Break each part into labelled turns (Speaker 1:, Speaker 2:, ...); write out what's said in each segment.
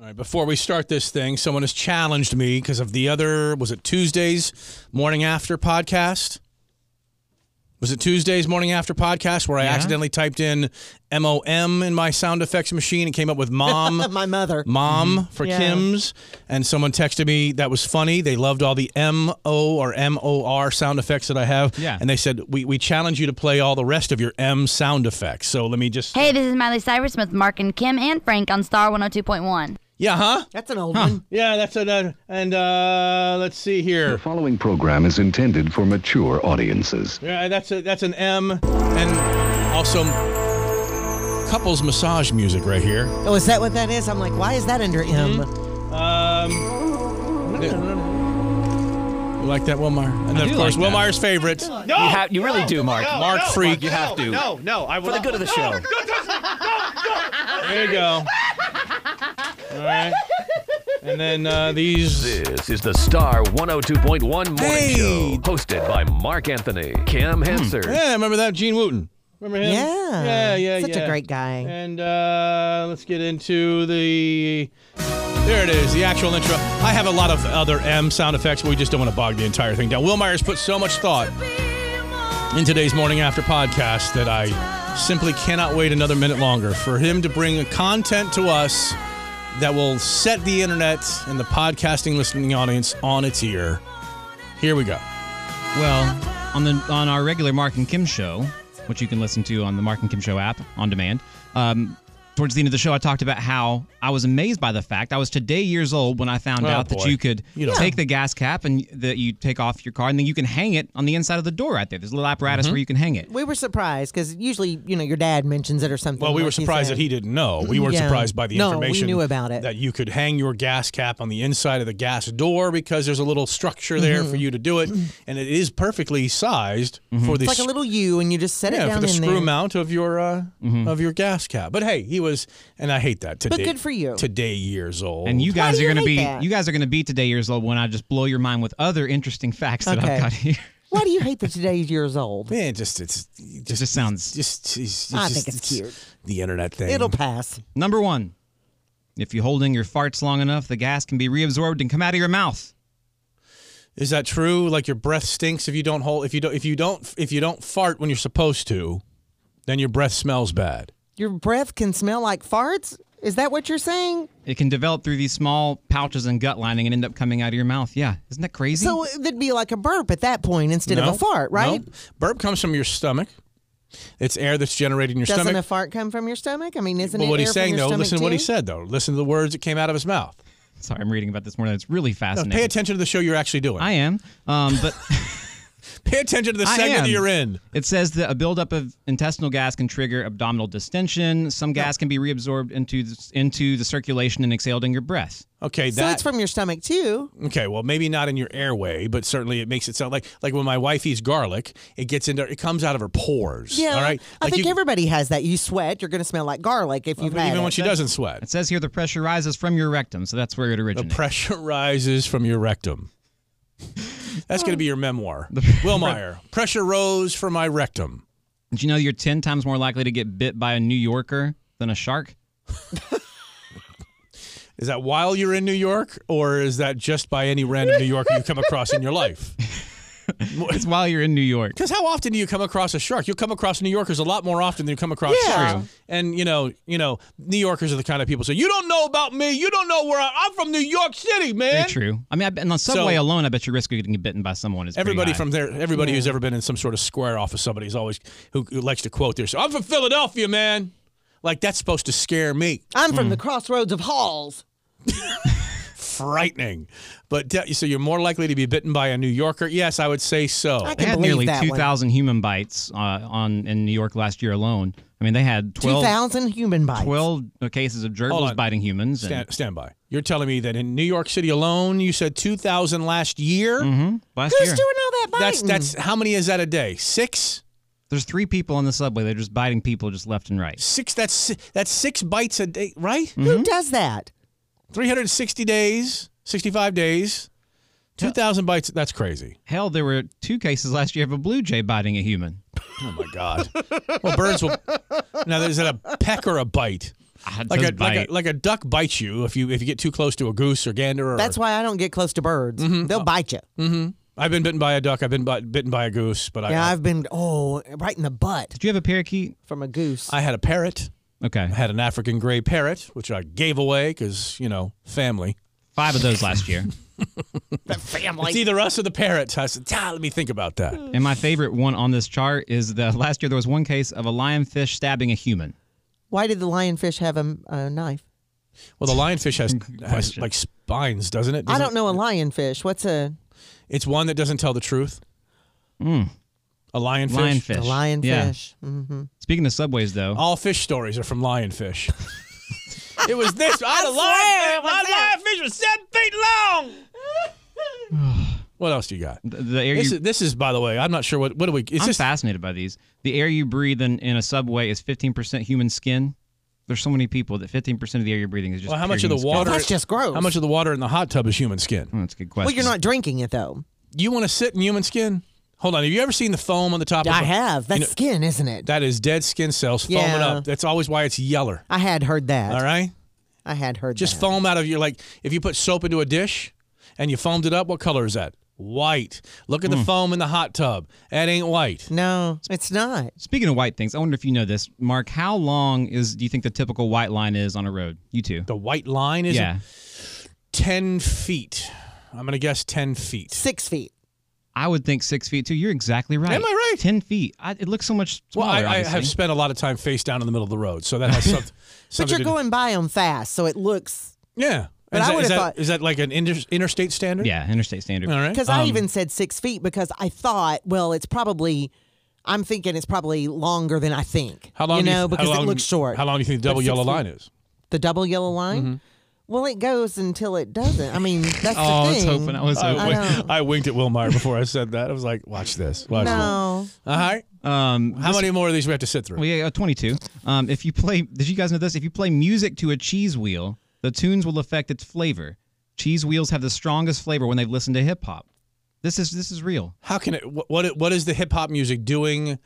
Speaker 1: All right, before we start this thing, someone has challenged me because of the other, was it Tuesday's morning after podcast? Was it Tuesday's morning after podcast where I accidentally typed in M O M in my sound effects machine and came up with mom?
Speaker 2: My mother.
Speaker 1: mom for
Speaker 2: Yeah.
Speaker 1: Kim's, and someone texted me that was funny. They loved all the M O or M O R sound effects that I have.
Speaker 3: Yeah.
Speaker 1: And they said, we, we challenge you to play all the rest of your M sound effects. So let me just.
Speaker 4: Hey, this is Miley Cyrus with Mark and Kim and Frank on Star 102.1.
Speaker 1: Yeah, huh?
Speaker 2: That's an old one.
Speaker 1: Yeah, that's another. And uh, let's see here.
Speaker 5: The following program is intended for mature audiences.
Speaker 1: Yeah, that's a, that's an M, and also couples massage music right here.
Speaker 2: Oh, is that what that is? I'm like, why is that under M?
Speaker 1: Mm-hmm. Um, you like that, Wilmar? And then,
Speaker 3: do
Speaker 1: of course,
Speaker 3: like that.
Speaker 1: Wilmar's favorite.
Speaker 6: No,
Speaker 3: You have- you really do, Mark.
Speaker 1: Mark Freak.
Speaker 3: you have to.
Speaker 6: No, no, I will.
Speaker 3: For the good of the show.
Speaker 1: There you go. All right. And then uh, these.
Speaker 7: This is the Star 102.1 Morning
Speaker 1: Hey.
Speaker 7: Show, hosted by Mark Anthony, Cam Hanser,
Speaker 3: Hmm.
Speaker 1: Yeah, remember that Gene Wooten. Remember him?
Speaker 2: Yeah.
Speaker 1: Yeah, yeah,
Speaker 2: Such a
Speaker 1: yeah.
Speaker 2: great guy.
Speaker 1: And uh, let's get into the. There it is, the actual intro. I have a lot of other M sound effects, but we just don't want to bog the entire thing down. Will Myers put so much thought in today's Morning After podcast that I simply cannot wait another minute longer for him to bring content to us that will set the internet and the podcasting listening audience on its ear. Here we go.
Speaker 3: Well, on the on our regular Mark and Kim show, which you can listen to on the Mark and Kim show app on demand. Um, towards the end of the show, I talked about how I was amazed by the fact I was today years old when I found
Speaker 1: Oh,
Speaker 3: out
Speaker 1: boy.
Speaker 3: that you could
Speaker 1: You don't-
Speaker 3: take the gas cap and that you take off your car and then you can hang it on the inside of the door right there. There's a little
Speaker 1: Mm-hmm.
Speaker 3: apparatus where you can hang it.
Speaker 2: We were surprised because usually, you know, your dad mentions it or something.
Speaker 1: Well, we
Speaker 2: like
Speaker 1: were
Speaker 2: you
Speaker 1: surprised
Speaker 2: said.
Speaker 1: that he didn't know. We weren't
Speaker 2: Yeah.
Speaker 1: surprised by the
Speaker 2: No, we
Speaker 1: information.
Speaker 2: knew about it.
Speaker 1: That you could hang your gas cap on the inside of the gas door because there's a little structure there
Speaker 2: Mm-hmm.
Speaker 1: for you to do it, and it is perfectly sized for the
Speaker 2: It's like a
Speaker 1: sc-
Speaker 2: little U, and you just set it
Speaker 1: yeah
Speaker 2: down
Speaker 1: for the
Speaker 2: in
Speaker 1: screw
Speaker 2: there. Mm-hmm.
Speaker 1: mount of your uh, of your gas cap. But hey, he was, and I hate that today.
Speaker 2: good for you.
Speaker 1: Today years old.
Speaker 3: And you guys
Speaker 2: do you
Speaker 3: are gonna
Speaker 2: hate
Speaker 3: be
Speaker 2: that?
Speaker 3: you guys are gonna be today years old when I just blow your mind with other interesting facts that
Speaker 2: Okay.
Speaker 3: I've got here.
Speaker 2: Why do you hate that today's years old?
Speaker 1: man, just it's just
Speaker 3: It just sounds
Speaker 1: just, it's-
Speaker 2: I
Speaker 1: just-
Speaker 2: think it's cute.
Speaker 1: The internet thing.
Speaker 2: It'll pass.
Speaker 3: Number one, if you hold in your farts long enough, the gas can be reabsorbed and come out of your mouth.
Speaker 1: Is that true? Like your breath stinks if you don't hold if you don't if you don't if you don't fart when you're supposed to, then your breath smells bad.
Speaker 2: Your breath can smell like farts? Is that what you're saying?
Speaker 3: It can develop through these small pouches and gut lining and end up coming out of your mouth. Yeah, isn't that crazy?
Speaker 1: uh,
Speaker 2: So it'd be like a burp at that point instead of a fart, right?
Speaker 1: Mm. Nope. Burp comes from your stomach. It's air that's generated in your
Speaker 2: Doesn't
Speaker 1: stomach.
Speaker 2: a fart come from your stomach? I mean, isn't
Speaker 1: Well,
Speaker 2: it
Speaker 1: what
Speaker 2: air
Speaker 1: he's
Speaker 2: from
Speaker 1: saying
Speaker 2: your
Speaker 1: though,
Speaker 2: stomach
Speaker 1: listen to what he
Speaker 2: too?
Speaker 1: said though. Listen to the words that came out of his mouth.
Speaker 3: Sorry, I'm reading about this morning. It's really
Speaker 1: Now,
Speaker 3: fascinating.
Speaker 1: pay attention to the show you're actually doing.
Speaker 3: I am, um, but
Speaker 1: pay attention to the
Speaker 3: I
Speaker 1: segment
Speaker 3: am.
Speaker 1: you're in.
Speaker 3: it says that a buildup of intestinal gas can trigger abdominal distension. Some gas can be reabsorbed into the, into the circulation and exhaled in your breath.
Speaker 1: Okay,
Speaker 2: So
Speaker 1: that's
Speaker 2: it's from your stomach too.
Speaker 1: Okay, well, maybe not in your airway, but certainly it makes it sound like like when my wife eats garlic, it gets into it comes out of her pores.
Speaker 2: Yeah.
Speaker 1: all right.
Speaker 2: I
Speaker 1: Like
Speaker 2: think
Speaker 1: you-
Speaker 2: everybody has that. You sweat, you're going to smell like garlic if you've had
Speaker 1: even
Speaker 2: it.
Speaker 1: when she doesn't sweat.
Speaker 3: It says here the pressure rises from your rectum, so that's where it
Speaker 1: The
Speaker 3: originates.
Speaker 1: pressure rises from your rectum. That's going to be your memoir. Will Meyer. Pressure rose from my rectum.
Speaker 3: Did you know you're ten times more likely to get bit by a New Yorker than a shark?
Speaker 1: Is that while you're in New York, or is that just by any random New Yorker you come across in your life?
Speaker 3: It's while you're in New York.
Speaker 1: Because how often do you come across a shark? You'll come across New Yorkers a lot more often than you come across
Speaker 2: Yeah.
Speaker 1: sharks. And you know, you know, New Yorkers are the kind of people say, "You don't know about me. You don't know where I, I'm from. New York City, man."
Speaker 3: Very true. I mean, I bet- on the subway alone, I bet your risk of getting bitten by someone is pretty
Speaker 1: Everybody
Speaker 3: high.
Speaker 1: from there, everybody who's ever been in some sort of square off of somebody is always who, who likes to quote their. I'm from Philadelphia, man. Like that's supposed to scare me.
Speaker 2: I'm from the crossroads of halls.
Speaker 1: Frightening, but de- so you're more likely to be bitten by a New Yorker. Yes, I would say so.
Speaker 2: I
Speaker 3: They
Speaker 2: can
Speaker 3: had
Speaker 2: believe
Speaker 3: nearly
Speaker 2: that
Speaker 3: two
Speaker 2: one.
Speaker 3: thousand human bites uh, on in New York last year alone. I mean, they had 12,
Speaker 2: 2,000 human bites.
Speaker 3: 12 cases of
Speaker 1: on.
Speaker 3: gerbils biting humans. and-
Speaker 1: Stand, stand by. You're telling me that in New York City alone, you said 2,000 last year.
Speaker 2: Mm-hmm.
Speaker 3: Mhm, last
Speaker 2: Who's
Speaker 3: year,
Speaker 2: doing all that biting?
Speaker 1: That's that's how many is that a day? Six,
Speaker 3: there's three people on the subway. They're just biting people just left and right.
Speaker 1: six. That's si- that's six bites a day, right?
Speaker 2: Who does that?
Speaker 1: 360 days, 65 days, 2,000 bites. That's crazy.
Speaker 3: Hell, there were two cases last year of a blue jay biting a human.
Speaker 1: Oh my God. well, birds will. Now, is that a peck or a bite?
Speaker 3: Ah, it
Speaker 1: like
Speaker 3: says
Speaker 1: a, like
Speaker 3: bite.
Speaker 1: a like a duck bites you if you if you get too close to a goose or gander. Or,
Speaker 2: That's why I don't get close to birds.
Speaker 1: Mm-hmm.
Speaker 2: They'll
Speaker 1: Oh.
Speaker 2: bite you.
Speaker 1: I've been bitten by a duck. I've been bit, bitten by a goose, but
Speaker 2: Yeah,
Speaker 1: I,
Speaker 2: I've been oh right in the butt
Speaker 3: Do you have a parakeet?
Speaker 2: from a goose.
Speaker 1: I had a parrot.
Speaker 3: Okay,
Speaker 1: I had an African gray parrot, which I gave away because you know family.
Speaker 3: five of those last year.
Speaker 1: it's either us or the parrot. I said, ah, let me think about that.
Speaker 3: and my favorite one on this chart is the last year there was one case of a lionfish stabbing a human.
Speaker 2: why did the lionfish have a, a knife?
Speaker 1: Well, the lionfish has, has
Speaker 3: question.
Speaker 1: like spines, doesn't it?
Speaker 2: I
Speaker 1: Doesn't-
Speaker 2: don't know a lionfish. What's a
Speaker 1: It's one that doesn't tell the truth. A lionfish.
Speaker 3: Hmm. Lionfish.
Speaker 2: a
Speaker 3: Yeah.
Speaker 2: lionfish? Mm-hmm.
Speaker 3: Speaking of subways, though,
Speaker 1: All fish stories are from lionfish. it was this. I had a lionfish. My lionfish was seven feet long. what else do you got?
Speaker 3: the, the air
Speaker 1: This
Speaker 3: you,
Speaker 1: is, this is, by the way, I'm not sure what. What do we? It's
Speaker 3: I'm
Speaker 1: just
Speaker 3: fascinated by these. The air you breathe in, in a subway is 15% human skin. There's so many people that 15% of the air you're breathing is just.
Speaker 1: well, how
Speaker 3: pure
Speaker 1: much of the
Speaker 3: human skin.
Speaker 1: water?
Speaker 2: That's just gross.
Speaker 1: How much of the water in the hot tub is human skin?
Speaker 3: Oh, that's a good question.
Speaker 2: Well, you're not drinking it though.
Speaker 1: You want to sit in human skin? Hold on. Have you ever seen the foam on the top?
Speaker 2: I
Speaker 1: of a-
Speaker 2: have. That's
Speaker 1: You know,
Speaker 2: skin, isn't it?
Speaker 1: that is dead skin cells foaming
Speaker 2: Yeah.
Speaker 1: up. That's always why it's yeller.
Speaker 2: I had heard that.
Speaker 1: All right.
Speaker 2: I had heard
Speaker 1: Just
Speaker 2: that.
Speaker 1: foam out of your like if you put soap into a dish and you foamed it up, what color is that? White. Look at
Speaker 2: Hmm.
Speaker 1: the foam in the hot tub. That ain't white.
Speaker 2: no, it's not.
Speaker 3: Speaking of white things, I wonder if you know this, Mark. How long is do you think the typical white line is on a road? You two.
Speaker 1: The white line is
Speaker 3: Yeah,
Speaker 1: ten feet. I'm gonna guess ten feet.
Speaker 2: Six feet.
Speaker 3: I would think six feet too. You're exactly right.
Speaker 1: Am I right?
Speaker 3: Ten feet. I, it looks so much
Speaker 1: Well,
Speaker 3: smaller.
Speaker 1: I, I have
Speaker 3: obviously.
Speaker 1: spent a lot of time face down in the middle of the road, so that has some,
Speaker 2: But
Speaker 1: something.
Speaker 2: you're
Speaker 1: to do-
Speaker 2: going by them fast, so it looks.
Speaker 1: yeah.
Speaker 2: But
Speaker 1: is
Speaker 2: I
Speaker 1: that, is
Speaker 2: would've
Speaker 1: that-
Speaker 2: thought-
Speaker 1: is that like an inter, interstate standard?
Speaker 3: Yeah, interstate standard.
Speaker 1: All right.
Speaker 2: Because I even said six feet because I thought, well, it's probably. I'm thinking it's probably longer than I think.
Speaker 1: How long?
Speaker 2: You
Speaker 1: do
Speaker 2: know,
Speaker 1: th- how
Speaker 2: because
Speaker 1: long-
Speaker 2: it looks short.
Speaker 1: How long Mm-hmm. do you think the double
Speaker 2: six
Speaker 1: yellow
Speaker 2: feet.
Speaker 1: line is?
Speaker 2: The double yellow line. Well, it goes until it doesn't. I mean, that's
Speaker 3: Oh, I
Speaker 2: the
Speaker 3: was
Speaker 2: thing.
Speaker 3: hoping. I was
Speaker 1: I,
Speaker 3: hoping.
Speaker 1: wink- I winked at Will Meyer before I said that. I was like, "Watch this." Watch
Speaker 2: No,
Speaker 1: this. All right.
Speaker 3: Um,
Speaker 1: Uh-huh. How many more of these we have to sit through?
Speaker 3: well, yeah, uh, 22. Um, if you play, did you guys know this? If you play music to a cheese wheel, the tunes will affect its flavor. Cheese wheels have the strongest flavor when they've listened to hip hop. This is this is real.
Speaker 1: How can it? wh- What what is the hip hop music doing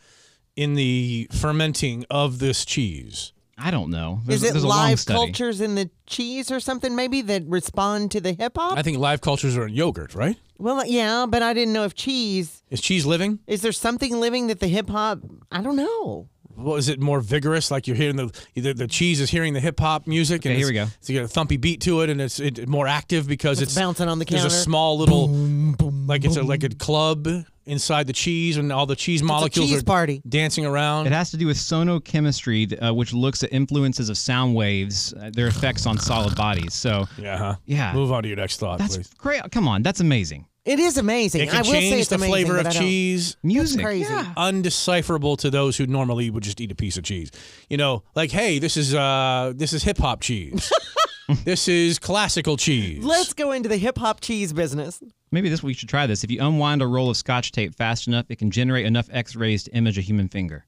Speaker 1: in the fermenting of this cheese?
Speaker 3: I don't know. There's,
Speaker 2: is it
Speaker 3: there's a long
Speaker 2: live
Speaker 3: study.
Speaker 2: cultures in the cheese or something maybe that respond to the hip hop?
Speaker 1: I think live cultures are in yogurt, right?
Speaker 2: Well, yeah, but I didn't know if cheese.
Speaker 1: Is cheese living?
Speaker 2: Is there something living that the hip hop? I don't know.
Speaker 1: Well, is it more vigorous? Like you're hearing the the, the cheese is hearing the hip hop music, and
Speaker 3: Okay, here
Speaker 1: it's-
Speaker 3: we go.
Speaker 1: It's got a thumpy beat to it, and it's it, more active because it's,
Speaker 2: bouncing on the
Speaker 1: There's a
Speaker 2: counter.
Speaker 1: small little like it's a like a club inside the cheese, and all the cheese molecules
Speaker 2: cheese
Speaker 1: are
Speaker 2: party.
Speaker 1: dancing around.
Speaker 3: It has to do with sonochemistry, th- uh, which looks at influences of sound waves, uh, their effects on solid bodies. So
Speaker 1: yeah, huh?
Speaker 3: Yeah.
Speaker 1: Move on to your next thought,
Speaker 3: that's
Speaker 1: please.
Speaker 3: great. Come on, that's amazing.
Speaker 2: It is amazing.
Speaker 1: It can
Speaker 2: I will say
Speaker 1: change
Speaker 2: it's
Speaker 1: the
Speaker 2: amazing,
Speaker 1: flavor
Speaker 2: but I
Speaker 1: of
Speaker 2: don't-
Speaker 1: cheese.
Speaker 3: Music.
Speaker 2: crazy.
Speaker 3: Yeah.
Speaker 1: undecipherable to those who normally would just eat a piece of cheese. You know, like hey, this is uh this is hip hop cheese. this is classical cheese.
Speaker 2: Let's go into the hip hop cheese business.
Speaker 3: Maybe this we should try this. If you unwind a roll of scotch tape fast enough, it can generate enough X-rays to image a human finger.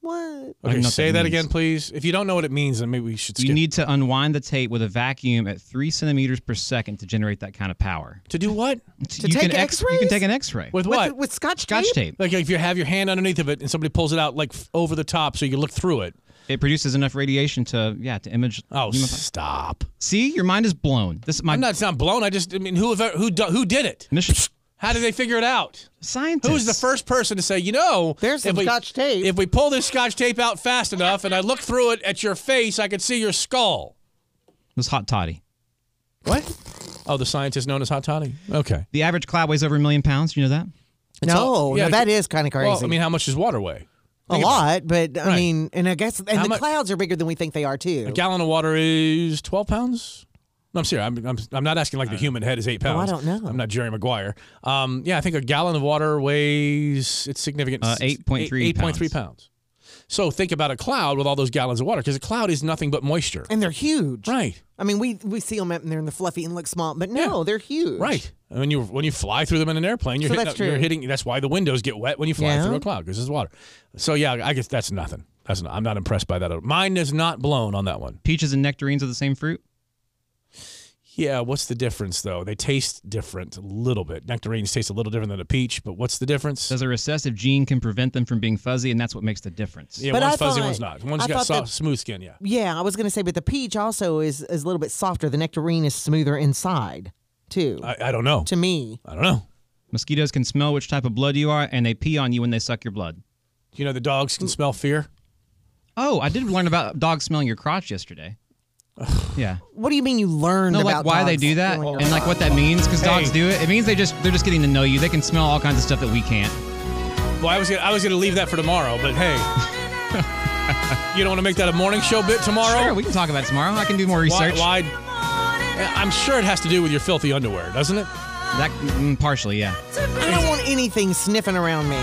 Speaker 2: What?
Speaker 3: I
Speaker 1: okay,
Speaker 3: don't know what
Speaker 1: say
Speaker 3: that
Speaker 1: that
Speaker 3: means.
Speaker 1: again, please. If you don't know what it means, then maybe we should skip.
Speaker 3: You need to unwind the tape with a vacuum at three centimeters per second to generate that kind of power.
Speaker 1: to do what
Speaker 3: To
Speaker 2: take
Speaker 3: can X- You can
Speaker 2: X-rays?
Speaker 3: take an X-ray.
Speaker 1: with
Speaker 2: With,
Speaker 1: what?
Speaker 2: with scotch,
Speaker 3: scotch tape.
Speaker 1: like if you have your hand underneath of it and somebody pulls it out like f- over the top so you can look through it.
Speaker 3: It produces enough radiation to yeah to image.
Speaker 1: Oh,
Speaker 3: human-
Speaker 1: stop!
Speaker 3: see, your mind is blown. This is my
Speaker 1: I'm not. It's not blown. I just. I mean, who have- who do- who did it?
Speaker 3: mission.
Speaker 1: How did they figure it out?
Speaker 3: Scientist.
Speaker 1: Who's the first person to say, you know,
Speaker 2: There's some
Speaker 1: if we-
Speaker 2: scotch tape.
Speaker 1: If we pull this scotch tape out fast enough and I look through it at your face, I could see your skull.
Speaker 3: It was hot toddy.
Speaker 1: What? Oh, the scientist known as Hot Toddy. Okay.
Speaker 3: The average cloud weighs over a million pounds. You know that?
Speaker 2: No,
Speaker 1: all- yeah,
Speaker 2: no, that
Speaker 1: it-
Speaker 2: is kind of crazy.
Speaker 1: Well, I mean, how much does water weigh?
Speaker 2: a lot, but I
Speaker 1: Right.
Speaker 2: mean, and I guess, and
Speaker 1: How
Speaker 2: the
Speaker 1: much-
Speaker 2: clouds are bigger than we think they are too.
Speaker 1: A gallon of water is 12 pounds? No, I'm serious. I'm, I'm, I'm not asking like the human head is eight
Speaker 2: Uh, oh, I
Speaker 1: pounds.
Speaker 2: don't know.
Speaker 1: I'm not Jerry Maguire. Um, yeah, I think a gallon of water weighs, it's significant.
Speaker 3: Uh,
Speaker 1: It's
Speaker 3: 8.3
Speaker 1: eight- 8.3 pounds. So think about a cloud with all those gallons of water because a cloud is nothing but moisture.
Speaker 2: and they're huge.
Speaker 1: Right.
Speaker 2: I mean, we we see them out and they're in the fluffy and look small, but no, they're huge.
Speaker 1: Right. And when you when you fly through them in an airplane, you're,
Speaker 2: So
Speaker 1: hitting,
Speaker 2: that's
Speaker 1: you're
Speaker 2: true.
Speaker 1: hitting. That's why the windows get wet when you fly
Speaker 2: Yeah.
Speaker 1: through a cloud because there's water. So yeah, I guess that's nothing. That's not, I'm not impressed by that. at all. Mine is not blown on that one.
Speaker 3: Peaches and nectarines are the same fruit.
Speaker 1: Yeah, what's the difference though? They taste different a little bit. Nectarines taste a little different than a peach, but what's the difference?
Speaker 3: Says a recessive gene can prevent them from being fuzzy, and that's what makes the difference.
Speaker 1: yeah,
Speaker 2: But
Speaker 1: one's
Speaker 2: I
Speaker 1: fuzzy,
Speaker 2: thought-
Speaker 1: one's not. One's
Speaker 2: I
Speaker 1: got
Speaker 2: thought
Speaker 1: soft,
Speaker 2: that-
Speaker 1: smooth skin. Yeah.
Speaker 2: Yeah, I was going to say, but the peach also is, is a little bit softer. The nectarine is smoother inside, too,
Speaker 1: I, I don't know.
Speaker 2: to me.
Speaker 1: I don't know.
Speaker 3: Mosquitoes can smell which type of blood you are, and they pee on you when they suck your blood.
Speaker 1: You know, the dogs can smell fear.
Speaker 3: Oh, I did learn about dogs smelling your crotch yesterday. yeah.
Speaker 2: What do you mean you learned
Speaker 3: No, like
Speaker 2: about
Speaker 3: why they
Speaker 2: dogs
Speaker 3: do that,
Speaker 2: feeling
Speaker 3: and like what that means, because dogs
Speaker 1: Hey.
Speaker 3: do it. It means they just they're just getting to know you. They can smell all kinds of stuff that we can't.
Speaker 1: Well, I was gonna, I was going to leave that for tomorrow, but hey, you don't want to make that a morning show bit tomorrow.
Speaker 3: Sure, we can talk about it tomorrow. I can do more
Speaker 1: why,
Speaker 3: research.
Speaker 1: why? I'm sure it has to do with your filthy underwear, doesn't it?
Speaker 3: That mm, partially, yeah.
Speaker 2: I don't want anything sniffing around me.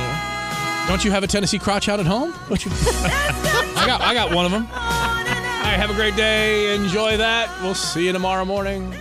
Speaker 1: Don't you have a Tennessee crotch out at home? Don't you? I got I got one of them. All right, have a great day. Enjoy that. We'll see you tomorrow morning.